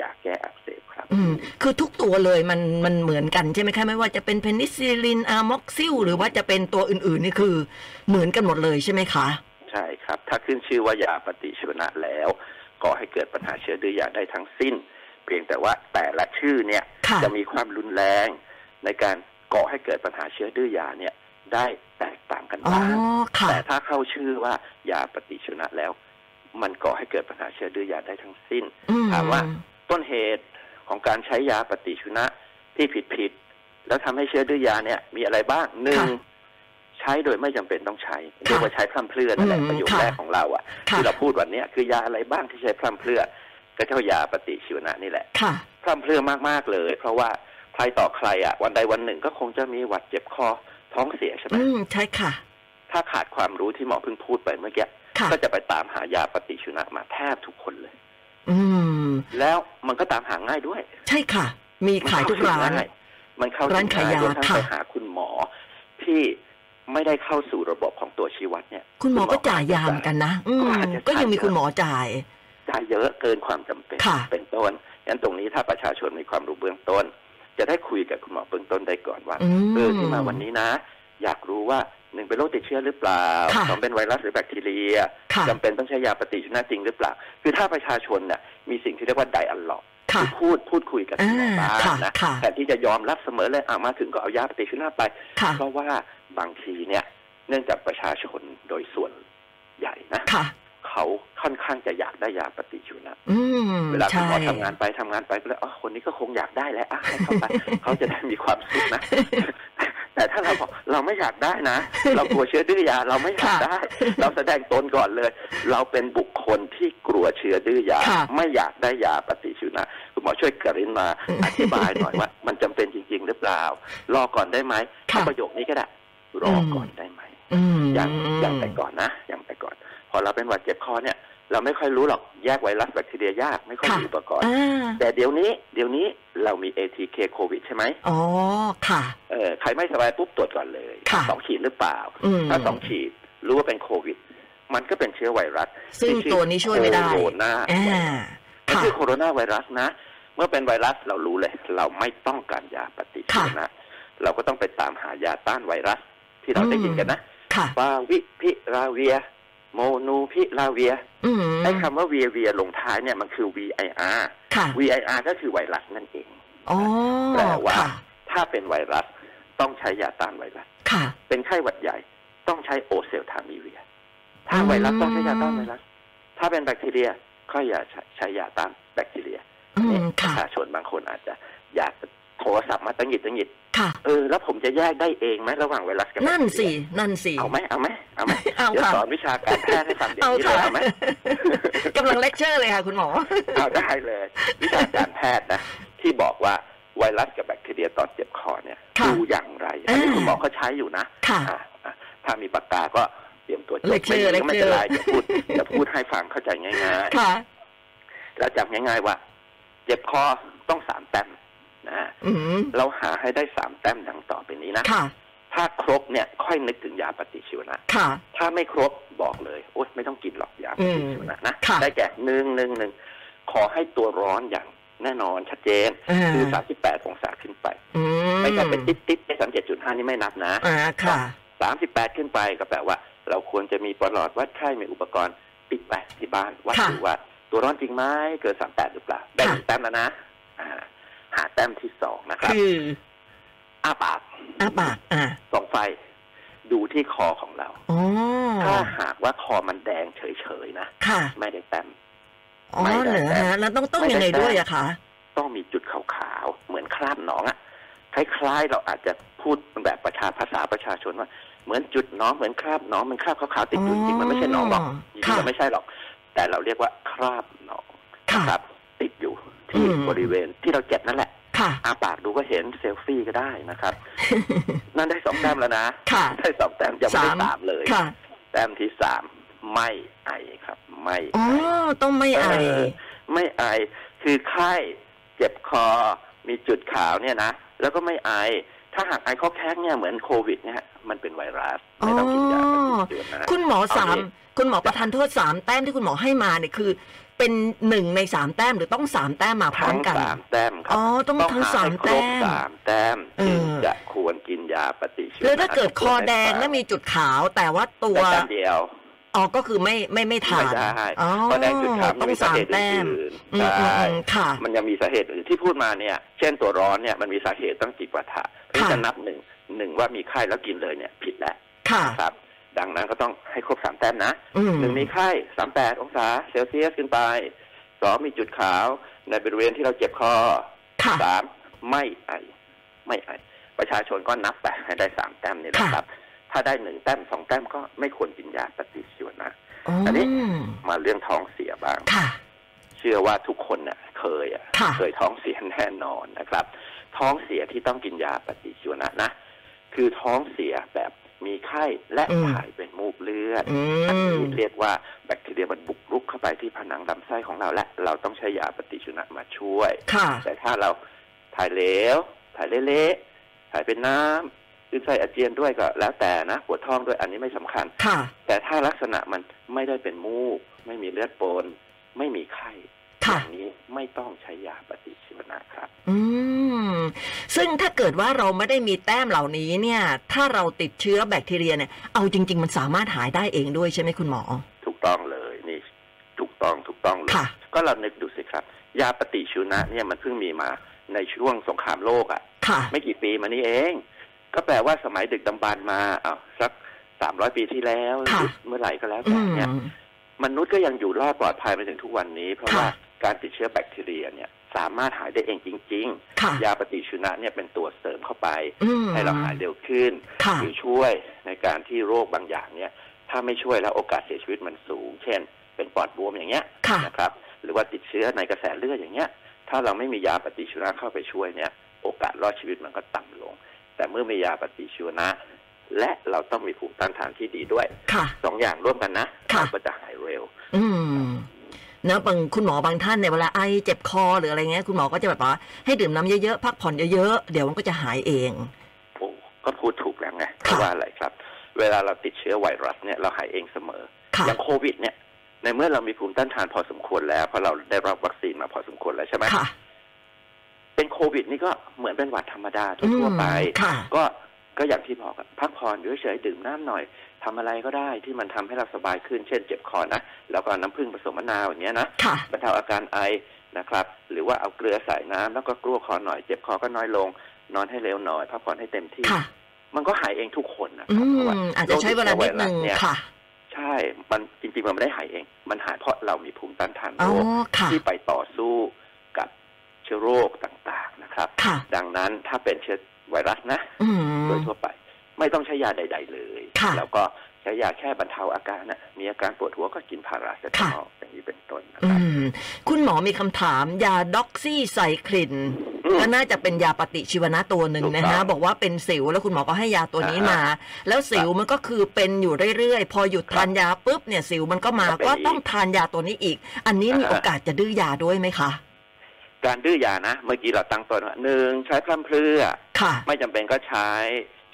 Speaker 3: ยาแก้อักเสบครับ
Speaker 2: อืม คือทุกตัวเลยมันมันเหมือนกันใช่ไหมคะไม่ว่าจะเป็นเพนิซิลลินอะม็อกซิล หรือว่าจะเป็นตัวอื่นๆนี่คือ เหมือนกันหมดเลยใช่ไหมคะ
Speaker 3: ใช่ครับ ถ้าขึ้นชื่อว่ายาปฏิชีวนะแล้วก่อให้เกิดปัญหาเชื้อดื้อยาได้ทั้งสิ้น เพียงแต่ว่าแต่ละชื่อเนี่ย
Speaker 2: ค่ะ
Speaker 3: จะมีความรุนแรงในการก่อให้เกิดปัญหาเชื้อดื้อยาเนี่ยได้แตกต่างกัน
Speaker 2: อ๋อ
Speaker 3: บ้าง
Speaker 2: ค่ะ
Speaker 3: แต่ถ้าเข้าชื่อว่ายาปฏิชีวนะแล้ว มันก่อให้เกิดปัญหาเชื้อดื้อยาได้ทั้งสิ้น
Speaker 2: อืม
Speaker 3: ถามว่าต้นเหตุของการใช้ยาปฏิชีวนะที่ผิดผิดๆแล้วทำให้เชื้อดื้อยาเนี่ย มีอะไรบ้างหนึ่งใช้โดยไม่จำเป็นต้องใช้เรียกว่าใช้พร่ำเพรื่อนั่นแหละ
Speaker 2: อืม
Speaker 3: ประโยค
Speaker 2: ค่ะ
Speaker 3: แรกของเราอะ
Speaker 2: ค่ะ
Speaker 3: ที่เราพูดวันเนี้ยคือยาอะไรบ้างที่ใช้พร่ำเพรื่อก็เจ้ายาปฏิชีวนะนี่แหละ
Speaker 2: ค่ะ
Speaker 3: พร่ำเพรื่อมากๆเลย เพราะว่าใครต่อใครอะวันใดวันหนึ่งก็คงจะมีหวัดเจ็บคอท้องเสียใช่ไหม
Speaker 2: อืม ใช่ค่ะ
Speaker 3: ถ้าขาดความรู้ที่หมอเพิ่งพูดไปเมื่อกี้
Speaker 2: ค่ะ
Speaker 3: ก็จะไปตามหายาปฏิชีวนะมาแทบทุกคนเลย
Speaker 2: อืม
Speaker 3: แล้วมันก็ตามหาง่ายด้วย
Speaker 2: ใช่ค่ะ มีขายทุกร้าน
Speaker 3: มันเข้าถึง
Speaker 2: ร้านขายยาร
Speaker 3: วมทั้ง
Speaker 2: ค่ะ
Speaker 3: ไปหาคุณหมอที่ไม่ได้เข้าสู่ระบบของตัวชีวัดเนี่ย
Speaker 2: คุณหมอก็จ่ายยามกันนะ อืม ก็ยังมีคุณหมอจ่าย
Speaker 3: จ่ายเยอะเกินความจำเป็น
Speaker 2: ค่ะ
Speaker 3: เป็นต้นงั้นตรงนี้ถ้าประชาชนมีความรู้เบื้องต้น จะได้คุยกับคุณหมอเบื้องต้นได้ก่อนว่า
Speaker 2: อืม
Speaker 3: เออที่มาวันนี้นะ อยากรู้ว่าหนึ่งเป็นโรคติดเชื้อหรือเปล่า
Speaker 2: ค่ะ
Speaker 3: สองเป็นไวรัสหรือแบคทีเรีย
Speaker 2: ค่ะ
Speaker 3: จำเป็นต้องใช้ยาปฏิชีวนะจริงหรือเปล่า คือถ้าประชาชนเนี่ยมีสิ่งที่เรียกว่าไดอะล็อก
Speaker 2: ค่ะ
Speaker 3: พูดพูดคุยกับคุณหมอบ้าง
Speaker 2: อ่าค่ะ
Speaker 3: นะ
Speaker 2: ค่ะ
Speaker 3: แต่ที่จะยอมรับเสมอเลยอ่ะมาถึงก็เอายาปฏิชีวนะไป
Speaker 2: ค่ะ
Speaker 3: เพราะว่าบางทีเนี่ยเนื่องจากประชาชนโดยส่วนใหญ่นะ
Speaker 2: ค่ะ
Speaker 3: เขาค่อนข้างจะอยากได้ยาปฏิชีวนะ
Speaker 2: อืม
Speaker 3: เวลาคุณ
Speaker 2: ใช่
Speaker 3: หมอทำงานไปทำงานไปก็เลยอ๋อคนนี้ก็คงอยากได้แหละอ่ะให้เขาไป [LAUGHS] เขาจะได้มีความสุขนะ [LAUGHS] แต่ถ้าเราบอกเราไม่อยากได้นะ เรากลัวเชื้อดื้อยาเราไม่อยาก
Speaker 2: ค่ะ
Speaker 3: ได้ เราแสดงตนก่อนเลย เราเป็นบุคคลที่กลัวเชื้อดื้อยา
Speaker 2: ค่ะ
Speaker 3: ไม่อยากได้ยาปฏิชีวนะคุณหมอช่วยกริณ
Speaker 2: [LAUGHS]
Speaker 3: มา
Speaker 2: อืม
Speaker 3: อธิบายหน่อยว่า มันจำเป็นจริง ๆ หรือเปล่า รอก่อนได้ไหม
Speaker 2: ค่ะ
Speaker 3: ถ้าประโยคนี้ก็ได้รออ
Speaker 2: ม
Speaker 3: ก่อนได้ไหม
Speaker 2: อืม
Speaker 3: อย่างอย่างแต่ก่อนนะอย่างแต่ก่อน พอเราเป็นหวัดเจ็บคอเนี่ย เราไม่ค่อยรู้หรอกแยกไวรัสแบคทีเรียยากไม่ค่อย
Speaker 2: ค่ะ
Speaker 3: มีอุปกรณ์
Speaker 2: อ่า
Speaker 3: แต่เดี๋ยวนี้ เดี๋ยวนี้เรามี ATK โควิดใช่ไหม
Speaker 2: อ๋อ ค่ะ
Speaker 3: เออใครไม่สบายปุ๊บตรวจก่อนเลย
Speaker 2: ค่ะ
Speaker 3: สองขีดหรือเปล่า
Speaker 2: อืม
Speaker 3: ถ้าสองขีดรู้ว่าเป็นโควิด มันก็เป็นเชื้อไวรัส
Speaker 2: ซึ่ง
Speaker 3: ที่อ
Speaker 2: ตัวนี้ช่วยไม่ได้
Speaker 3: โคโรนา
Speaker 2: อ่า
Speaker 3: มัน
Speaker 2: ค่ะ
Speaker 3: คือโคโรนาไวรัสนะ เมื่อเป็นไวรัสเรารู้เลย เราไม่ต้องการยาปฏิชีวนะ เราก็ต้องไปตามหายาต้านไวรัสที่เราได้ยินกันนะ
Speaker 2: ค่ะ
Speaker 3: ฟาวิพิราเวีย โมนูพิราเวีย
Speaker 2: อืม
Speaker 3: ไอ้คำว่าเวียเวียลงท้ายเนี่ยมันคือ VIR
Speaker 2: ค่ะ
Speaker 3: VIR ก็คือไวรัสนั่นเอง
Speaker 2: อ๋อ
Speaker 3: แปลว่า
Speaker 2: ค่ะ
Speaker 3: ถ้าเป็นไวรัสต้องใช้ยาต้านไวรัส
Speaker 2: ค่ะ
Speaker 3: เป็นไข้หวัดใหญ่ต้องใช้โอเซลทามิเวีย ถ้าไวรัสต้องใช้ยาต้านไวรัส ถ้าเป็นแบคทีเรียก็อย่าใช้ใช้ยาต้านแบคทีเรีย
Speaker 2: อื
Speaker 3: นี่
Speaker 2: ม
Speaker 3: ป
Speaker 2: ค่ะ
Speaker 3: ระชาชนบางคนอาจจะอยากโทรศัพท์มาตังหงิดตังหงิด
Speaker 2: ค่ะ
Speaker 3: เออแล้วผมจะแยกได้เองไหมระหว่างไวรัสกับแบคทีเรีย
Speaker 2: นั่นสิ นั่นสิ
Speaker 3: เอาไหมเอาไหมเอาไหม
Speaker 2: เอา
Speaker 3: เดี๋ยว
Speaker 2: ค่ะ
Speaker 3: สอนวิชาการแพทย์ให้ฟังเดี๋ยว
Speaker 2: เอา
Speaker 3: นี้เลย
Speaker 2: ค่ะ
Speaker 3: เอาไหม
Speaker 2: [LAUGHS] กำลังเลคเชอร์เลยค่ะ คุณหมอ
Speaker 3: เอาได้เลย วิชาการแพทย์นะ ที่บอกว่าไวรัสกับแบคทีเรียตอนเจ็บคอเนี่ย
Speaker 2: ค่ะ
Speaker 3: ดูอย่างไร อันนี้
Speaker 2: อ่า
Speaker 3: คุณหมอเขาใช้อยู่นะ
Speaker 2: ค่ะ
Speaker 3: อ่ะอ่ะถ้ามีปากกาก็เตรียมตัวจด
Speaker 2: เล
Speaker 3: ไม่
Speaker 2: คเชอร์
Speaker 3: มีก็ไม่เป็นไร
Speaker 2: เล
Speaker 3: จะ
Speaker 2: คเชอ
Speaker 3: พู
Speaker 2: ร์
Speaker 3: ดจะพูดให้ฟังเข้าใจง่าย
Speaker 2: ค่ะ
Speaker 3: ๆแล้วจำง่ายๆว่า เจ็บคอต้องสามแต้มนะ
Speaker 2: อืม
Speaker 3: เราหาให้ได้สามแต้มดังต่อไปนี้นะ
Speaker 2: ค่ะ
Speaker 3: ถ้าครบเนี่ยค่อยนึกถึงยาปฏิชีวนะ
Speaker 2: ค่ะ
Speaker 3: ถ้าไม่ครบบอกเลยโอ๊ยไม่ต้องกินหรอกยาปฏิชีวนะนะ
Speaker 2: ค่ะ
Speaker 3: ได้แก่หนึ่งหนึ่งหนึ่งขอให้ตัวร้อนอย่างแน่นอนชัดเจน
Speaker 2: อ่า
Speaker 3: คือ 38 องศาขึ้นไป
Speaker 2: อืม
Speaker 3: ไม่ใช่เป็นติ๊ดติ๊ดไอ้37.5 นี่ไม่นับนะ
Speaker 2: อ่าค่ะ
Speaker 3: 38 ขึ้นไปก็แปลว่า เราควรจะมีประหลอดวัดไข้มีอุปกรณ์ติดไว้ที่บ้านวัด
Speaker 2: ค่ะ
Speaker 3: ดูว่า ตัวร้อนจริงไหมเกิน 38 หรือเปล่า ได้
Speaker 2: ค่ะ
Speaker 3: หนึ่งแต้มแล้วนะอ่าหาแต้มที่สองนะครับ
Speaker 2: คือ
Speaker 3: อ้าปาก
Speaker 2: อ้าปากอ่า
Speaker 3: ส่องไฟ ดูที่คอของเรา
Speaker 2: อ๋อ
Speaker 3: ถ้าหากว่าคอมันแดงเฉยๆนะ
Speaker 2: ค่ะ
Speaker 3: ไม่ได้แต้ม
Speaker 2: อ๋อ
Speaker 3: ไม่ได้
Speaker 2: เหรอ
Speaker 3: แต้ม
Speaker 2: ฮะแล้วต้องต้อง
Speaker 3: ไม่ได้
Speaker 2: ยังไงด้วย
Speaker 3: แต้ม
Speaker 2: อะคะ
Speaker 3: ต้องมีจุดขาวๆ เหมือนคราบหนองอะคล้าย ๆ เราอาจจะพูดแบบประชาภาษาประชาชนว่า เหมือนจุดหน้องเหมือนคราบหน้องมันคราบขาวๆติดอยู่
Speaker 2: อ๋อ
Speaker 3: จริงๆมันไม่ใช่หน้องหรอกจริง
Speaker 2: ค่ะ
Speaker 3: ๆมันไม่ใช่หรอก แต่เราเรียกว่าคราบหนอง
Speaker 2: ค่ะ
Speaker 3: นะครับ ติดอยู่ที่
Speaker 2: อืม
Speaker 3: บริเวณที่เราเจ็บนั่นแหละ
Speaker 2: ค่ะ
Speaker 3: อาปากดูก็เห็นเซลฟี่ก็ได้นะครับ นั่นได้สองแต้มแล้วนะ
Speaker 2: ค่ะ
Speaker 3: ได้สองแต้มยังไม่ได้สามเลย
Speaker 2: ค่ะ
Speaker 3: แต้มที่สามไม่ไอครับ ไม่ไอ
Speaker 2: อ๋อ ต้องไม่ไอ
Speaker 3: เไม่ไอคือไข้เจ็บคอมีจุดขาวเนี่ยนะ แล้วก็ไม่ไอ ถ้าหากไอคอแคกเนี่ยเหมือนโควิดเนี่ยฮะมันเป็นไวรัส ไม่ต้องกินยาปฏิชีวนะ
Speaker 2: คุณหมอ
Speaker 3: เอา
Speaker 2: สาม
Speaker 3: งี้
Speaker 2: คุณหมอประทานโทษสามแต้มที่คุณหมอให้มาเนี่ยคือ เป็นหนึ่งในสามแต้มหรือต้องสามแต้มมาพร้อ
Speaker 3: ทั้
Speaker 2: ม
Speaker 3: ง
Speaker 2: กัน
Speaker 3: สามแต้มครั
Speaker 2: อ๋อ ต้อง
Speaker 3: ต้อง
Speaker 2: ทั้ง
Speaker 3: หา
Speaker 2: สาม
Speaker 3: ให้คร
Speaker 2: แต้
Speaker 3: บ
Speaker 2: ม
Speaker 3: สามแต้ม
Speaker 2: เออ
Speaker 3: จึงจะควรกินยาปฏิชีวนะ
Speaker 2: แล้วถ้าเกิดคอแดง
Speaker 3: ให้
Speaker 2: และมีจุดขาว แต่ว่าตัว
Speaker 3: ได้แต้มเดียว
Speaker 2: อ๋อ ก็คือไม่ไม่ไม่ทาน
Speaker 3: ไม่ได้
Speaker 2: อ๋อ
Speaker 3: เพราะแดงจุดขาวมัน
Speaker 2: ต้อง
Speaker 3: มีสา
Speaker 2: สาม
Speaker 3: เหตุ
Speaker 2: แต้ม
Speaker 3: อื่นๆ
Speaker 2: อืม
Speaker 3: ใช่
Speaker 2: อืมค่ะ
Speaker 3: มันยังมีสาเหตุอื่นที่พูดมาเนี่ย เช่นตัวร้อนเนี่ยมันมีสาเหตุตั้งจิตวัฏฐะเพราะฉะนั้นจะนับหนึ่งหนึ่งว่ามีไข้แล้วกินเลยเนี่ย ผิดแล้ว
Speaker 2: ค่ะ
Speaker 3: ครับ ดังนั้นก็ต้องให้ครบสามแต้มนะ
Speaker 2: อืม
Speaker 3: หนึ่งมีไข้สามแปดองศาเซลเซียสขึ้นไปสองมีจุดขาวในบริเวณที่เราเจ็บคอ
Speaker 2: ค่ะ
Speaker 3: สามไม่ไอ ไม่ไอ ประชาชนก็นับไปให้ได้สามแต้มนี่แหละครับ ถ้าได้หนึ่งแต้มสองแต้มก็ไม่ควรกินยาปฏิชีวนะ
Speaker 2: อ๋ออ
Speaker 3: อั
Speaker 2: น
Speaker 3: นี้ มาเรื่องท้องเสียบ้าง
Speaker 2: ค่ะ
Speaker 3: เชื่อว่าทุกคนน่ะเคยอ่ะ
Speaker 2: ค่ะ
Speaker 3: เคยท้องเสียแน่นอนนะครับ ท้องเสียที่ต้องกินยาปฏิชีวนะนะ คือท้องเสียแบบมีไข้และ
Speaker 2: อืม
Speaker 3: ถ่ายเป็นมูกเลือด
Speaker 2: อื
Speaker 3: อัน
Speaker 2: ม
Speaker 3: นี้เรียกว่าแบคทีเรียมันบุกรุกเข้าไปที่ผนังลำไส้ของเราและ เราต้องใช้ยาปฏิชีวนะมาช่วย
Speaker 2: ค่ะ
Speaker 3: แต่ถ้าเราถ่ายเหลว ถ่ายเละๆถ่ายเป็นน้ำขึ้นไส้อาเจียนด้วยก็แล้วแต่นะปวดท้องด้วยอันนี้ไม่สำคัญ
Speaker 2: ค่ะ
Speaker 3: แต่ถ้าลักษณะมันไม่ได้เป็นมูก ไม่มีเลือดปน ไม่มีไข้
Speaker 2: ค่ะ
Speaker 3: อย่างนี้ไม่ต้องใช้ยาปฏิชีวนะครับ
Speaker 2: อืม ซึ่งถ้าเกิดว่าเราไม่ได้มีแต้มเหล่านี้เนี่ย ถ้าเราติดเชื้อแบคทีเรียเนี่ย เอาจริง ๆ มันสามารถหายได้เองด้วยใช่ไหมคุณหมอ
Speaker 3: ถูกต้องเลยนี่ถูกต้องถูกต้องเลย
Speaker 2: ค่ะ
Speaker 3: ก็เรานึกดูสิครับ ยาปฏิชีวนะเนี่ยมันเพิ่งมีมาในช่วงสงครามโลกอะ่ะ
Speaker 2: ค่ะ
Speaker 3: ไม่กี่ปีมานี้เอง ก็แปลว่าสมัยดึกดำบรรพ์มาอ้าวสักสามร้อยปีที่แล้วห
Speaker 2: ค่ะ
Speaker 3: รือเมื่อไหร่ก็แล้ว
Speaker 2: อื
Speaker 3: แต่
Speaker 2: ม
Speaker 3: เนี่ยมนุษย์ก็ยังอยู่รอดปลอดภัยมาถึงทุกวันนี้ เพราะ
Speaker 2: ค่ะ
Speaker 3: ว่าการติดเชื้อแบคทีเรียเนี่ยสามารถหายได้เองจริง
Speaker 2: ค่ะ
Speaker 3: ๆ ยาปฏิชีวนะเนี่ยเป็นตัวเสริมเข้าไป
Speaker 2: อืม
Speaker 3: ให้เราหายเร็วขึ้น
Speaker 2: ค่ะ
Speaker 3: หรือช่วยในการที่โรคบางอย่างเนี่ย ถ้าไม่ช่วยแล้วโอกาสเสียชีวิตมันสูง เช่น เป็นปอดบวมอย่างเงี้ย
Speaker 2: ค่ะ
Speaker 3: นะครับ หรือว่าติดเชื้อในกระแสเลือดอย่างเงี้ย ถ้าเราไม่มียาปฏิชีวนะเข้าไปช่วยเนี่ย โอกาสรอดชีวิตมันก็ต่ำลง แต่เมื่อมียาปฏิชีวนะ และเราต้องมีภูมิต้านทานที่ดีด้วย
Speaker 2: ค่ะ
Speaker 3: สองอย่างร่วมกันนะ
Speaker 2: ค่ะ
Speaker 3: เราก็จะหายเร็ว
Speaker 2: อืมนะบางคุณหมอบางท่านเนี่ยเวลาไอเจ็บคอหรืออะไรเงี้ยคุณหมอก็จะแบบว่าให้ดื่มน้ำเยอะๆพักผ่อนเยอะๆเดี๋ยวมันก็จะหายเอง
Speaker 3: โอ้ก็พูดถูกแล้วไงเพ
Speaker 2: ค่ะ
Speaker 3: ราะว่าอะไรครับ เวลาเราติดเชื้อไวรัสเนี่ยเราหายเองเสมอ
Speaker 2: ค่ะ
Speaker 3: อย่างโควิดเนี่ยในเมื่อเรามีภูมิต้านทานพอสมควรแล้วเพราะเราได้รับวัคซีนมาพอสมควรแล้วใช่ไหม
Speaker 2: ค่ะ
Speaker 3: เป็นโควิดนี่ก็เหมือนเป็นหวัดธรรมดา
Speaker 2: อื
Speaker 3: ทั่ว
Speaker 2: ม
Speaker 3: ๆไป
Speaker 2: ค่ะ
Speaker 3: ก็ก็อย่างที่บอกอะพักผ่อนอยู่เฉยๆดื่มน้ำหน่อยทำอะไรก็ได้ที่มันทำให้เราสบายขึ้นเช่นเจ็บคอนะแล้วก็น้ำผึ้งผสมมะนาวอย่างเงี้ยนะ
Speaker 2: ค่ะ
Speaker 3: บรรเทาอาการไอนะครับ หรือว่าเอาเกลือใส่น้ำแล้วก็กลั้วคอหน่อยเจ็บคอก็น้อยลง นอนให้เร็วหน่อยพักผ่อนให้เต็มที่
Speaker 2: ค่ะ
Speaker 3: มันก็หายเองทุกคนนะค
Speaker 2: อื
Speaker 3: รับเพราะว่าม
Speaker 2: อาจจะใช้เวลานิดนึง
Speaker 3: โรคติดเชื้อไรัสเนี่ย
Speaker 2: ค่ะ
Speaker 3: ใช่ มันจริงๆ มันไม่ได้หายเอง มันหายเพราะเรามีภูมิต้านทาน
Speaker 2: อ๋อ
Speaker 3: โรค
Speaker 2: ค่ะ
Speaker 3: ที่ไปต่อสู้กับเชื้อโรคต่างๆนะครับ
Speaker 2: ค่ะ
Speaker 3: ดังนั้นถ้าเป็นเชื้อไวรัสนะ
Speaker 2: อื
Speaker 3: โดย
Speaker 2: ม
Speaker 3: ทั่วไป ไม่ต้องใช้ยาใด ๆ เลย
Speaker 2: ค่ะ
Speaker 3: แล้วก็ใช้ยาแค่บรรเทาอาการนะมีอาการปวดหัวก็กินพาราเซตามอลอย่างนี้เป็นต้นนะ
Speaker 2: อื
Speaker 3: ครับ
Speaker 2: ม คุณหมอมีคำถามยาด็อกซี่ไซคลิน
Speaker 3: อืม
Speaker 2: ก็น่าจะเป็นยาปฏิชีวนะตัวหนึ่งนะฮะ
Speaker 3: ถูกต้อง
Speaker 2: บอกว่าเป็นสิวแล้วคุณหมอก็ให้ยาตัวนี้มา แล้วสิวมันก็คือเป็นอยู่เรื่อยๆ พอหยุดทานยาปุ๊บเนี่ยสิวมันก็มา
Speaker 3: ก็
Speaker 2: ก็
Speaker 3: เป็นอีก
Speaker 2: ต้องทานยาตัวนี้อีก อันนี้มี
Speaker 3: อ่าฮะ
Speaker 2: โอกาสจะดื้อยาด้วยไหมคะ
Speaker 3: การดื้อยานะ เมื่อกี้เราตั้งต้นว่าหนึ่งใช้พร่ำเพรื่อ
Speaker 2: ค่ะ
Speaker 3: ไม่จำเป็นก็ใช้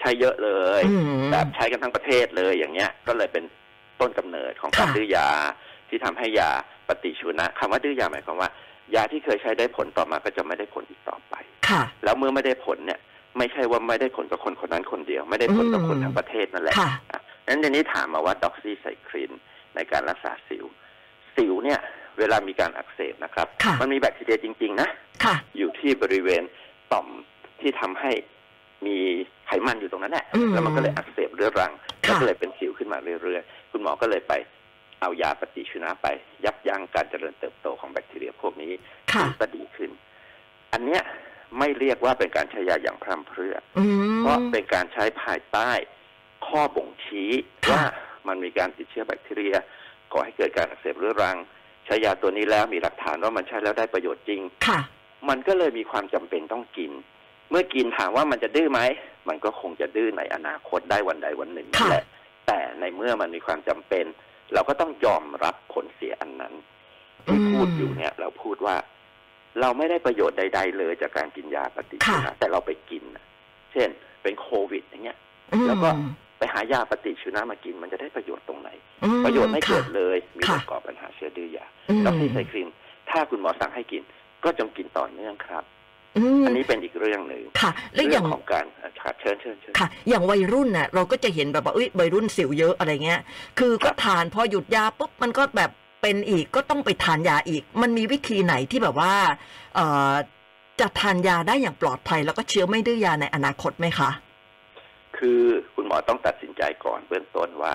Speaker 3: ใช้เยอะเลย
Speaker 2: อืม
Speaker 3: แบบใช้กันทั้งประเทศเลยอย่างเงี้ย ก็เลยเป็นต้นกำเนิดของการ
Speaker 2: ค่ะ
Speaker 3: ดื้อยาที่ทำให้ยาปฏิชีวนะคำว่าดื้อยาหมายความว่า ยาที่เคยใช้ได้ผลต่อมาก็จะไม่ได้ผลอีกต่อไป
Speaker 2: ค่ะ
Speaker 3: แล้วเมื่อไม่ได้ผลเนี่ย ไม่ใช่ว่าไม่ได้ผลกับคนคนนั้นคนเดียว ไม่ได้ผลกับคนทั้งประเทศนั่นแหละ
Speaker 2: ค่ะ
Speaker 3: อ่ะนั้นทีนี้ถามมาว่าด็อกซีไซคลินในการรักษาสิว สิวเนี่ย เวลามีการอักเสบนะครับ
Speaker 2: ค่ะ
Speaker 3: มันมีแบคทีเรียจริงๆนะ
Speaker 2: ค่ะ
Speaker 3: อยู่ที่บริเวณต่อมที่ทำให้มีไขมันอยู่ตรงนั้นแหละ
Speaker 2: อืม
Speaker 3: แล้วมันก็เลยอักเสบเรื้อรัง
Speaker 2: ค่ะ
Speaker 3: แล้วก็เลยเป็นสิวขึ้นมาเรื่อยๆ คุณหมอก็เลยไป เอายาปฏิชีวนะไป ยับยั้งการเจริญเติบโตของแบคทีเรียพวกนี้
Speaker 2: ค่ะ
Speaker 3: ก็ดีขึ้น อันเนี้ยไม่เรียกว่าเป็นการใช้ยาอย่างพร่ำเพรื่อ
Speaker 2: อืม
Speaker 3: เพราะเป็นการใช้ภายใต้ข้อบ่งชี้
Speaker 2: ค่ะ
Speaker 3: ว่ามันมีการติดเชื้อแบคทีเรียก่อให้เกิดการอักเสบเรื้อรัง ใช้ยาตัวนี้แล้วมีหลักฐานว่ามันใช้แล้วได้ประโยชน์จริง
Speaker 2: ค่ะ
Speaker 3: มันก็เลยมีความจำเป็นต้องกิน เมื่อกินถามว่ามันจะดื้อไหม มันก็คงจะดื้อในอนาคตได้วันใดวันหนึ่งนั่นแหละ แต่ในเมื่อมันมีความจำเป็น เราก็ต้องยอมรับผลเสียอันนั้น ที่
Speaker 2: อืม
Speaker 3: พูดอยู่เนี่ย เราพูดว่า เราไม่ได้ประโยชน์ใด ๆ เลยจากการกินยาปฏิชีวนะ
Speaker 2: ค่ะ
Speaker 3: แต่เราไปกินน่ะเช่น เป็นโควิด อย่างเงี้ย
Speaker 2: อืม
Speaker 3: แล้วก็ ไปหายาปฏิชีวนะมากิน มันจะได้ประโยชน์ตรงไหน
Speaker 2: อื
Speaker 3: ประโยชน์ไม่เกิด
Speaker 2: ค่ะ
Speaker 3: เลย มี
Speaker 2: ค่ะ
Speaker 3: แต่ก่อปัญหาเชื้อดื้อยา
Speaker 2: อืม
Speaker 3: ดอกซีไซคลิน ถ้าคุณหมอสั่งให้กิน ก็จงกินต่อเนื่องครับ
Speaker 2: อืม
Speaker 3: อันนี้เป็นอีกเรื่องหนึ่ง
Speaker 2: ค่ะ แล้วอ
Speaker 3: เรื่อย่าง งของการอ่ะครับเชิญเชิญเชิญ
Speaker 2: ค่ะ อย่างวัยรุ่นน่ะเราก็จะเห็นแบบว่าเอ้ยวัยรุ่นสิวเยอะอะไรเงี้ย คือก็ทานพอหยุดยาปุ๊บมันก็แบบเป็นอีกก็ต้องไปทานยาอีก มันมีวิธีไหนที่แบบว่าเอ่อจะทานยาได้อย่างปลอดภัย แล้วก็เชื้อไม่ดื้อยาในอนาคตไหมคะ
Speaker 3: คือคุณหมอต้องตัดสินใจก่อนเบื้องต้นว่า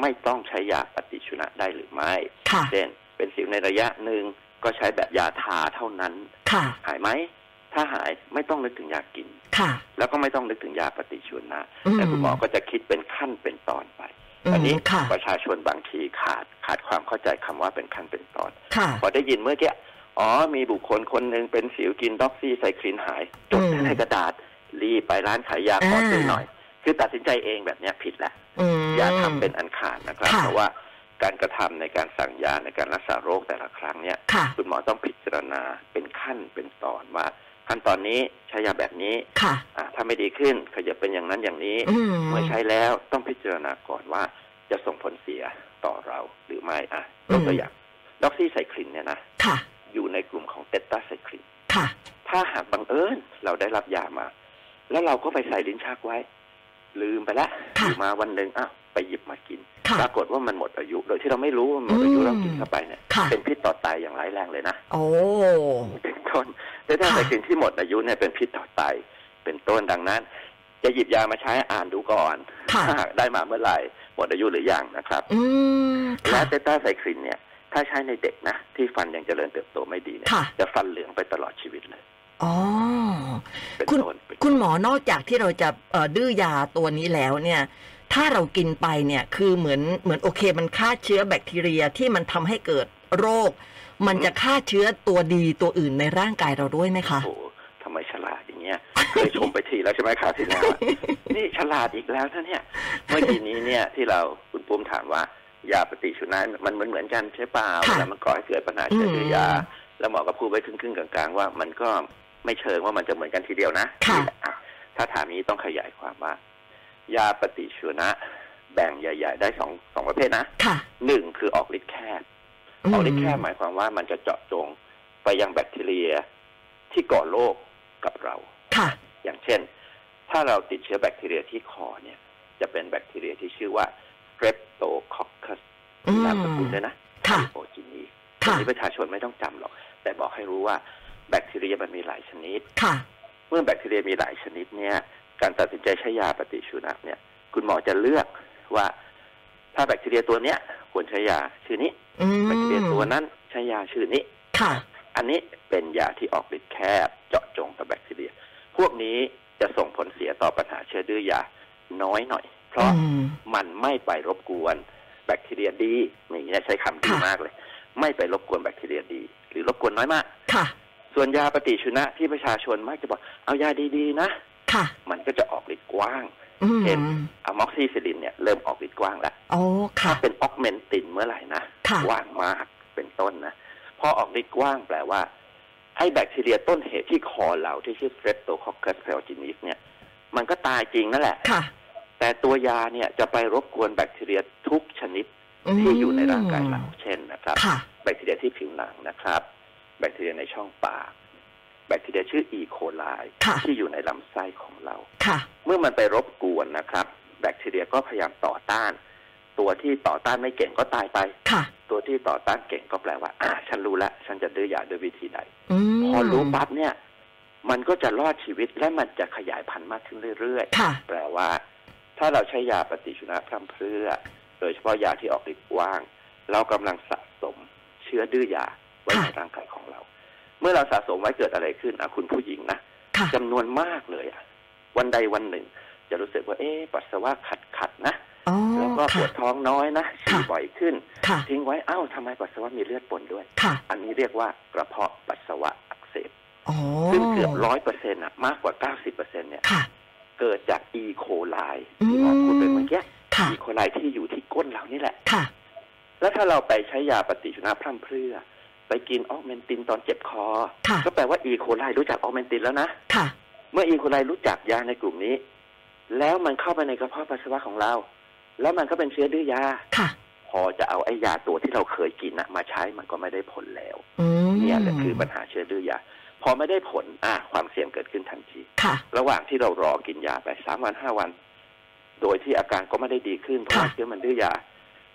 Speaker 3: ไม่ต้องใช้ยาปฏิชีวนะได้หรือไม่
Speaker 2: ค่ะ
Speaker 3: เช่น เป็นสิวในระยะหนึ่งก็ใช้แบบยาทาเท่านั้น
Speaker 2: ค่ะ
Speaker 3: หายไหม ถ้าหายไม่ต้องนึกถึงยากิน
Speaker 2: ค่ะ
Speaker 3: แล้วก็ไม่ต้องนึกถึงยาปฏิชีวนะ
Speaker 2: อืม
Speaker 3: แต่คุณหมอก็จะคิดเป็นขั้นเป็นตอนไป
Speaker 2: ม
Speaker 3: อันนี้
Speaker 2: ค่ะ
Speaker 3: ประชาชนบางทีขาดขาดความเข้าใจคำว่าเป็นขั้นเป็นตอน
Speaker 2: ค่ะ
Speaker 3: พอได้ยินเมื่อกี้อ๋อ มีบุคคลคนหนึ่งเป็นสิวกินด็อกซี่ไซคลินหาย จด
Speaker 2: อืม
Speaker 3: ในกระดาษ รีบไปร้านขายยาขอ
Speaker 2: อ่า
Speaker 3: ซื้อหน่อย คือตัดสินใจเองแบบเนี้ยผิดแหละ
Speaker 2: อืม
Speaker 3: อย่าทำเป็นอันขาดนะครับ
Speaker 2: ค่ะ
Speaker 3: เพราะว่าการกระทำในการสั่งยาในการรักษาโรคแต่ละครั้งเนี่ย
Speaker 2: ค่ะ
Speaker 3: คุณหมอต้องพิจารณาเป็นขั้นเป็นตอนว่า ขั้นตอนนี้ใช้ยาแบบนี้
Speaker 2: ค่ะ
Speaker 3: อ่ะถ้าไม่ดีขึ้นขยับเป็นอย่างนั้นอย่างนี้
Speaker 2: อืม
Speaker 3: เมื่อใช้แล้วต้องพิจารณาก่อนว่าจะส่งผลเสียต่อเราหรือไม่อ่ะยก
Speaker 2: อื
Speaker 3: ตัว
Speaker 2: ม
Speaker 3: อย่างด็อกซี่ไซคลินเนี่ยนะ
Speaker 2: ค่ะ
Speaker 3: อยู่ในกลุ่มของเตต้าไซคลิน
Speaker 2: ค่ะ
Speaker 3: ถ้าหากบังเอิญเราได้รับยามา แล้วเราก็ไปใส่ลิ้นชักไว้ ลืมไปละ
Speaker 2: ค่ะ
Speaker 3: อยู่มาวันหนึ่งอ้าวไปหยิบมากิน
Speaker 2: ค่ะ
Speaker 3: ปรากฏว่ามันหมดอายุ โดยที่เราไม่รู้ว่ามันหมดอายุ
Speaker 2: อืม
Speaker 3: เรากินเข้าไปเนี่ย
Speaker 2: ค่ะ
Speaker 3: เป็นพิษต่อไตอย่างร้ายแรงเลยนะ
Speaker 2: โอ้
Speaker 3: เป็นต้นแต่ถ้า
Speaker 2: ค่ะ
Speaker 3: ไซคลินที่หมดอายุเนี่ยเป็นพิษต่อไตเป็นต้นดังนั้น จะหยิบยามาใช้อ่านดูก่อน
Speaker 2: ค่ะ
Speaker 3: ถ้าหากได้มาเมื่อไหร่หมดอายุหรือยังนะครับ
Speaker 2: อืม
Speaker 3: และ
Speaker 2: ค่ะ
Speaker 3: เตต้าไซคลินเนี่ย ถ้าใช้ในเด็กนะที่ฟันยังเจริญเติบโตไม่ดีเนี่ย
Speaker 2: ค่ะ
Speaker 3: จะฟันเหลืองไปตลอดชีวิตเลย
Speaker 2: อ๋อ
Speaker 3: เป็น
Speaker 2: คุณ
Speaker 3: ต้นเป็น
Speaker 2: คุณหมอนอกจากที่เราจะเอ่อดื้อยาตัวนี้แล้วเนี่ย ถ้าเรากินไปเนี่ยคือเหมือนเหมือนโอเคมันฆ่าเชื้อแบคทีเรียที่มันทำให้เกิดโรค มันจะฆ่าเชื้อตัวดีตัวอื่นในร่างกายเราด้วยไหมคะ
Speaker 3: โอ้โหทำไมฉลาดอย่างเงี้ย เคยชมไปทีแล้วใช่ไหมคราวที่
Speaker 2: [LAUGHS]
Speaker 3: แล้วอะ นี่ฉลาดอีกแล้วนะเนี่ย เมื่อกี้นี้เนี่ยที่เราคุณปุ้มถามว่า ยาปฏิชีวนะมันเหมือนเหมือนกันใช่เปล่า
Speaker 2: ค่ะ
Speaker 3: แล้วมันก่อให้เกิดปัญหาเชื้อดื้อยา
Speaker 2: อืม
Speaker 3: แล้วหมอก็พูดไว้ครึ่งๆกลางๆ ว่ามันก็ไม่เชิงว่ามันจะเหมือนกันทีเดียวนะ
Speaker 2: ค่ะ
Speaker 3: นี่แหลอ่ถ้าถามนี้ต้องขยายความว่า ยาปฏิชีวนะ แบ่งใหญ่ ๆ ได้สองสองประเภทนะ
Speaker 2: ค่ะ
Speaker 3: หนึ่งคือออกฤทธิ์แคบ
Speaker 2: ม
Speaker 3: เอาได้แค่หมายความว่ามันจะเจาะจงไปยังแบคทีเรียที่ก่อโรคกับเรา
Speaker 2: ค่ะ
Speaker 3: อย่างเช่น ถ้าเราติดเชื้อแบคทีเรียที่คอเนี่ย จะเป็นแบคทีเรียที่ชื่อว่า Streptococcus
Speaker 2: อืม
Speaker 3: นามสกุลด้วยนะ
Speaker 2: ค่ะ
Speaker 3: โอจินี
Speaker 2: ค่ะ
Speaker 3: นี้ประชาชนไม่ต้องจำหรอก แต่บอกให้รู้ว่าแบคทีเรียมันมีหลายชนิด
Speaker 2: ค่ะ
Speaker 3: เมื่อแบคทีเรียมีหลายชนิดเนี่ย การตัดสินใจใช้ยาปฏิชีวนะเนี่ย คุณหมอจะเลือกว่า ถ้าแบคทีเรียตัวเนี้ยควรใช้ยาชื่อนี้
Speaker 2: อื
Speaker 3: แบคทีเรียตัว
Speaker 2: ม
Speaker 3: นั้นใช้ยาชื่อนี้
Speaker 2: ค่ะ
Speaker 3: อันนี้เป็นยาที่ออกฤทธิ์แคบเจาะจงต่อแบคทีเรีย พวกนี้จะส่งผลเสียต่อปัญหาเชื้อดื้อยาน้อยหน่อย เพราะ
Speaker 2: อืม
Speaker 3: มันไม่ไปรบกวนแบคทีเรียดีนี่เนี่ยใช้คำดี
Speaker 2: ค่ะ
Speaker 3: มากเลย ไม่ไปรบกวนแบคทีเรียดี หรือรบกวนน้อยมาก
Speaker 2: ค่ะ
Speaker 3: ส่วนยาปฏิชีวนะที่ประชาชนมักจะบอกเอายาดีๆนะ
Speaker 2: ค่ะ
Speaker 3: มันก็จะออกฤทธิ์กว้าง
Speaker 2: อืม
Speaker 3: อะม็อกซิซิลินเนี่ยเริ่มออกฤทธิ์กว้างแล้ว
Speaker 2: อ๋อค่ะ
Speaker 3: เป็นออกเมนตินเมื่อไหร่นะ
Speaker 2: ค่ะ
Speaker 3: กว้างมากเป็นต้นนะพอออกฤทธิ์กว้างแปลว่า ไอ้แบคทีเรียต้นเหตุที่คอเราที่ชื่อ Streptococcus pyogenes เนี่ย มันก็ตายจริงนั่นแหละ
Speaker 2: ค่ะ
Speaker 3: แต่ตัวยาเนี่ยจะไปรบกวนแบคทีเรียทุกชนิดที่อยู่ในร่างกายเราเช่นนะครับ
Speaker 2: ค่ะ
Speaker 3: แบคทีเรียที่ผิวหนังนะครับ แบคทีเรียในช่องปาก แบคทีเรียชื่ออีโคไล
Speaker 2: ค่ะ
Speaker 3: ที่อยู่ในลำไส้ของเรา
Speaker 2: ค่ะ
Speaker 3: เมื่อมันไปรบกวนนะครับ แบคทีเรียก็พยายามต่อต้าน ตัวที่ต่อต้านไม่เก่งก็ตายไป
Speaker 2: ค่ะ
Speaker 3: ตัวที่ต่อต้านเก่งก็แปลว่า อ่า ฉันรู้แล้ว ฉันจะดื้อยาด้วยวิธีไหน
Speaker 2: อืม
Speaker 3: พอรู้ปั๊บเนี่ย มันก็จะรอดชีวิตและมันจะขยายพันธุ์มากขึ้นเรื่อย
Speaker 2: ค่ะ
Speaker 3: ๆ แปลว่า ถ้าเราใช้ยาปฏิชีวนะพร่ำเพรื่อ โดยเฉพาะยาที่ออกฤทธิ์กว้าง เรากำลังสะสมเชื้อดื้อยาไว้ในร่างกายของเรา เมื่อเราสะสมไว้เกิดอะไรขึ้นอ่ะคุณผู้หญิงนะ
Speaker 2: ค่ะ
Speaker 3: จำนวนมากเลยอะวันใดวันหนึ่ง จะรู้สึกว่าเอ๊ะปัสสาวะขัดขัดๆนะ
Speaker 2: อ๋อ
Speaker 3: แล้วก็ป
Speaker 2: ค่ะ
Speaker 3: วดท้องน้อยนะฉี่
Speaker 2: ค่ะ
Speaker 3: บ่อยขึ้น
Speaker 2: ค่ะ
Speaker 3: ทิ้งไว้เอ้าทำไมปัสสาวะมีเลือดปนด้วย
Speaker 2: ค่ะ
Speaker 3: อันนี้เรียกว่ากระเพาะปัสสาวะอักเสบ
Speaker 2: อ๋อ
Speaker 3: ซึ่งเกือบร้อยเปอร์เซ็นต์อะมากกว่าเก้าสิบเปอร์เซ็นต์เนี่ย
Speaker 2: ค่ะ
Speaker 3: เกิดจากอีโคไลที่หมอพูดไปเมื่อกี้
Speaker 2: ค่ะ
Speaker 3: อีโคไลที่อยู่ที่ก้นเรานี่แหละ
Speaker 2: ค่ะ
Speaker 3: แล้วถ้าเราไปใช้ยาปฏิชีวนะพร่ำเพรื่อ ไปกินออกเมนตินตอนเจ็บคอ
Speaker 2: ค่ะ
Speaker 3: ก็แปลว่าอีโคไลรู้จักออกเมนตินแล้วนะ
Speaker 2: ค่ะ
Speaker 3: เมื่ออีโคไลรู้จักยาในกลุ่มนี้ แล้วมันเข้าไปในกระเพาะปัสสาวะของเรา แล้วมันก็เป็นเชื้อดื้อยา
Speaker 2: ค่ะ
Speaker 3: พอจะเอาไอ้ยาตัวที่เราเคยกินนะมาใช้มันก็ไม่ได้ผลแล้ว
Speaker 2: อืม
Speaker 3: เนี่ยแหละคือปัญหาเชื้อดื้อยา พอไม่ได้ผลอ่ะความเสี่ยงเกิดขึ้นทันที
Speaker 2: ค่ะ
Speaker 3: ระหว่างที่เรารอกินยาไปสามวันห้าวัน โดยที่อาการก็ไม่ได้ดีขึ้น เพราะว่า
Speaker 2: ค่ะ
Speaker 3: เชื้อมันดื้อยา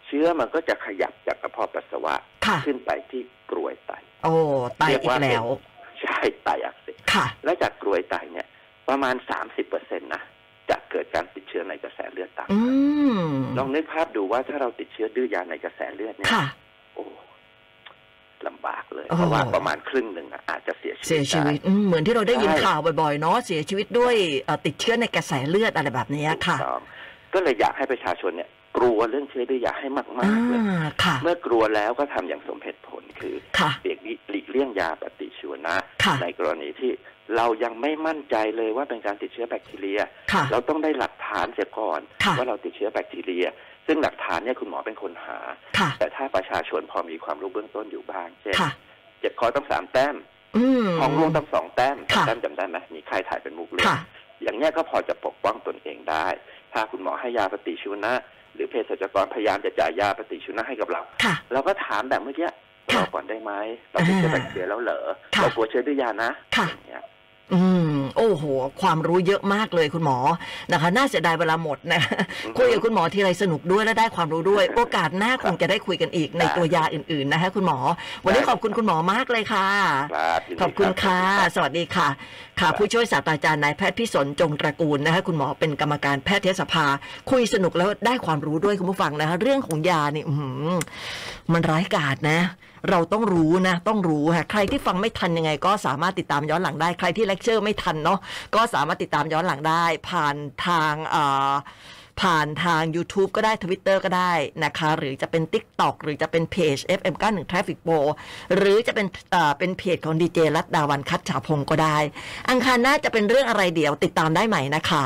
Speaker 3: เชื้อมันก็จะขยับจากกระเพาะปัสสาวะ
Speaker 2: ค่ะ
Speaker 3: ขึ้นไปที่กรวยไต
Speaker 2: โอ้ตายอีกแล้ว
Speaker 3: ใช่ไตอักเสบ
Speaker 2: ค่ะ
Speaker 3: และจากกรวยไตเนี่ยประมาณ 30เปอร์เซ็นต์นะจะเกิดการติดเชื้อในกระแสเลือดต่าง
Speaker 2: อืม
Speaker 3: ลองนึกภาพดูว่าถ้าเราติดเชื้อดื้อยาในกระแสเลือดเนี่ย
Speaker 2: ค่ะ
Speaker 3: โอ้ลำบากเลย
Speaker 2: โอ้
Speaker 3: เพราะว่าประมาณครึ่งหนึ่งอะอาจจะเสียชีวิต
Speaker 2: เสียชีวิต
Speaker 3: ได
Speaker 2: อืมเหมือนที่เราได้ยิน
Speaker 3: ใช่
Speaker 2: ข่าวบ่อยๆ เนาะ เสียชีวิตด้วยเอ่อติดเชื้อในกระแสเลือดอะไรแบบเนี้ย้ค่ะ
Speaker 3: ถูกต้องก็เลยอยากให้ประชาชนเนี่ย กลัวเรื่องเชื้อดื้อยาให้มาก
Speaker 2: อ่า
Speaker 3: ๆเลย
Speaker 2: ค่ะ
Speaker 3: เมื่อกลัวแล้วก็ทำอย่างสมเหตุผลคือ
Speaker 2: ค่ะ
Speaker 3: เลีกหลีกเลี่ยงยาปฏิชีวนะ
Speaker 2: ค่ะ
Speaker 3: ในกรณีที่เรายังไม่มั่นใจเลยว่าเป็นการติดเชื้อแบคทีเรีย
Speaker 2: ค่ะ
Speaker 3: เราต้องได้หลักฐานเสียก่อน
Speaker 2: ค่ะ
Speaker 3: ว่าเราติดเชื้อแบคทีเรีย ซึ่งหลักฐานเนี่ยคุณหมอเป็นคนหา
Speaker 2: ค่ะ
Speaker 3: แต่ถ้าประชาชนพอมีความรู้เบื้องต้นอยู่บ้าง เช่น
Speaker 2: ค่ะ
Speaker 3: เจ็บคอต้องสามแต้ม
Speaker 2: อืม
Speaker 3: ท้องร่วงต้องสองแต้ม
Speaker 2: ค่ะ
Speaker 3: แต้มจำได้ไหมมีไข้ถ่ายเป็นมุกเลือด
Speaker 2: ค่ะ
Speaker 3: อย่างเนี้ยก็พอจะปกป้องตนเองได้ ถ้าคุณหมอให้ยาปฏิชีวนะ หรือเภสัชกรพยายามจะจ่ายยาปฏิชีวนะให้กับเรา
Speaker 2: ค่ะ
Speaker 3: เราก็ถามแบบเมื่อกี้ร
Speaker 2: ค่ะ
Speaker 3: อก่อนได้ไหมเราติดเชื้อแบคทีเรียแล้วเหรอ
Speaker 2: ค่ะ
Speaker 3: เรากลัวเชื้อด้วยยานะ
Speaker 2: ค่ะ
Speaker 3: อย่างเงี้ย
Speaker 2: อืม โอ้โห ความรู้เยอะมากเลยคุณหมอนะคะ น่าเสียดายเวลาหมดนะ
Speaker 3: อือฮึ
Speaker 2: คุยกับคุณหมอทีไรสนุกด้วยและได้ความรู้ด้วย โอกาสหน้า
Speaker 3: ครับ
Speaker 2: คงจะได้คุยกันอีกใน
Speaker 3: ได้
Speaker 2: ตัวยาอื่น ๆ นะคะคุณหมอ วันนี้ขอบคุณคุณหมอมากเลยค่ะ
Speaker 3: ครับยินดี
Speaker 2: ขอบคุณค่ะ
Speaker 3: รับ
Speaker 2: สวัสดีค่ะ ค่ะ ผู้ช่วยศาสตราจารย์นายแพทย์พิสนจงตระกูลนะคะคุณหมอเป็นกรรมการแพทยสภา คุยสนุกแล้วได้ความรู้ด้วยคุณผู้ฟังนะคะเรื่องของยานี่อื้อหือมันร้ายกาจนะ เราต้องรู้นะ ต้องรู้ค่ะ ใครที่ฟังไม่ทันยังไง ก็สามารถติดตามย้อนหลังได้ ใครที่เลคเชอร์ไม่ทันเนาะ ก็สามารถติดตามย้อนหลังได้ ผ่านทางเอ่อ ผ่านทาง YouTube ก็ได้ Twitter ก็ได้นะคะ หรือจะเป็น TikTok หรือจะเป็นเพจ FM91 Traffic Pro หรือจะเป็นเอ่อเป็นเพจของดีเจรัตดาวันคัดฉาพงศ์ก็ได้ อังคารหน้าจะเป็นเรื่องอะไรเดี๋ยวติดตามได้ใหม่นะคะ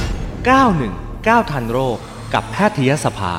Speaker 1: 919 ทันโรคกับแพทยสภา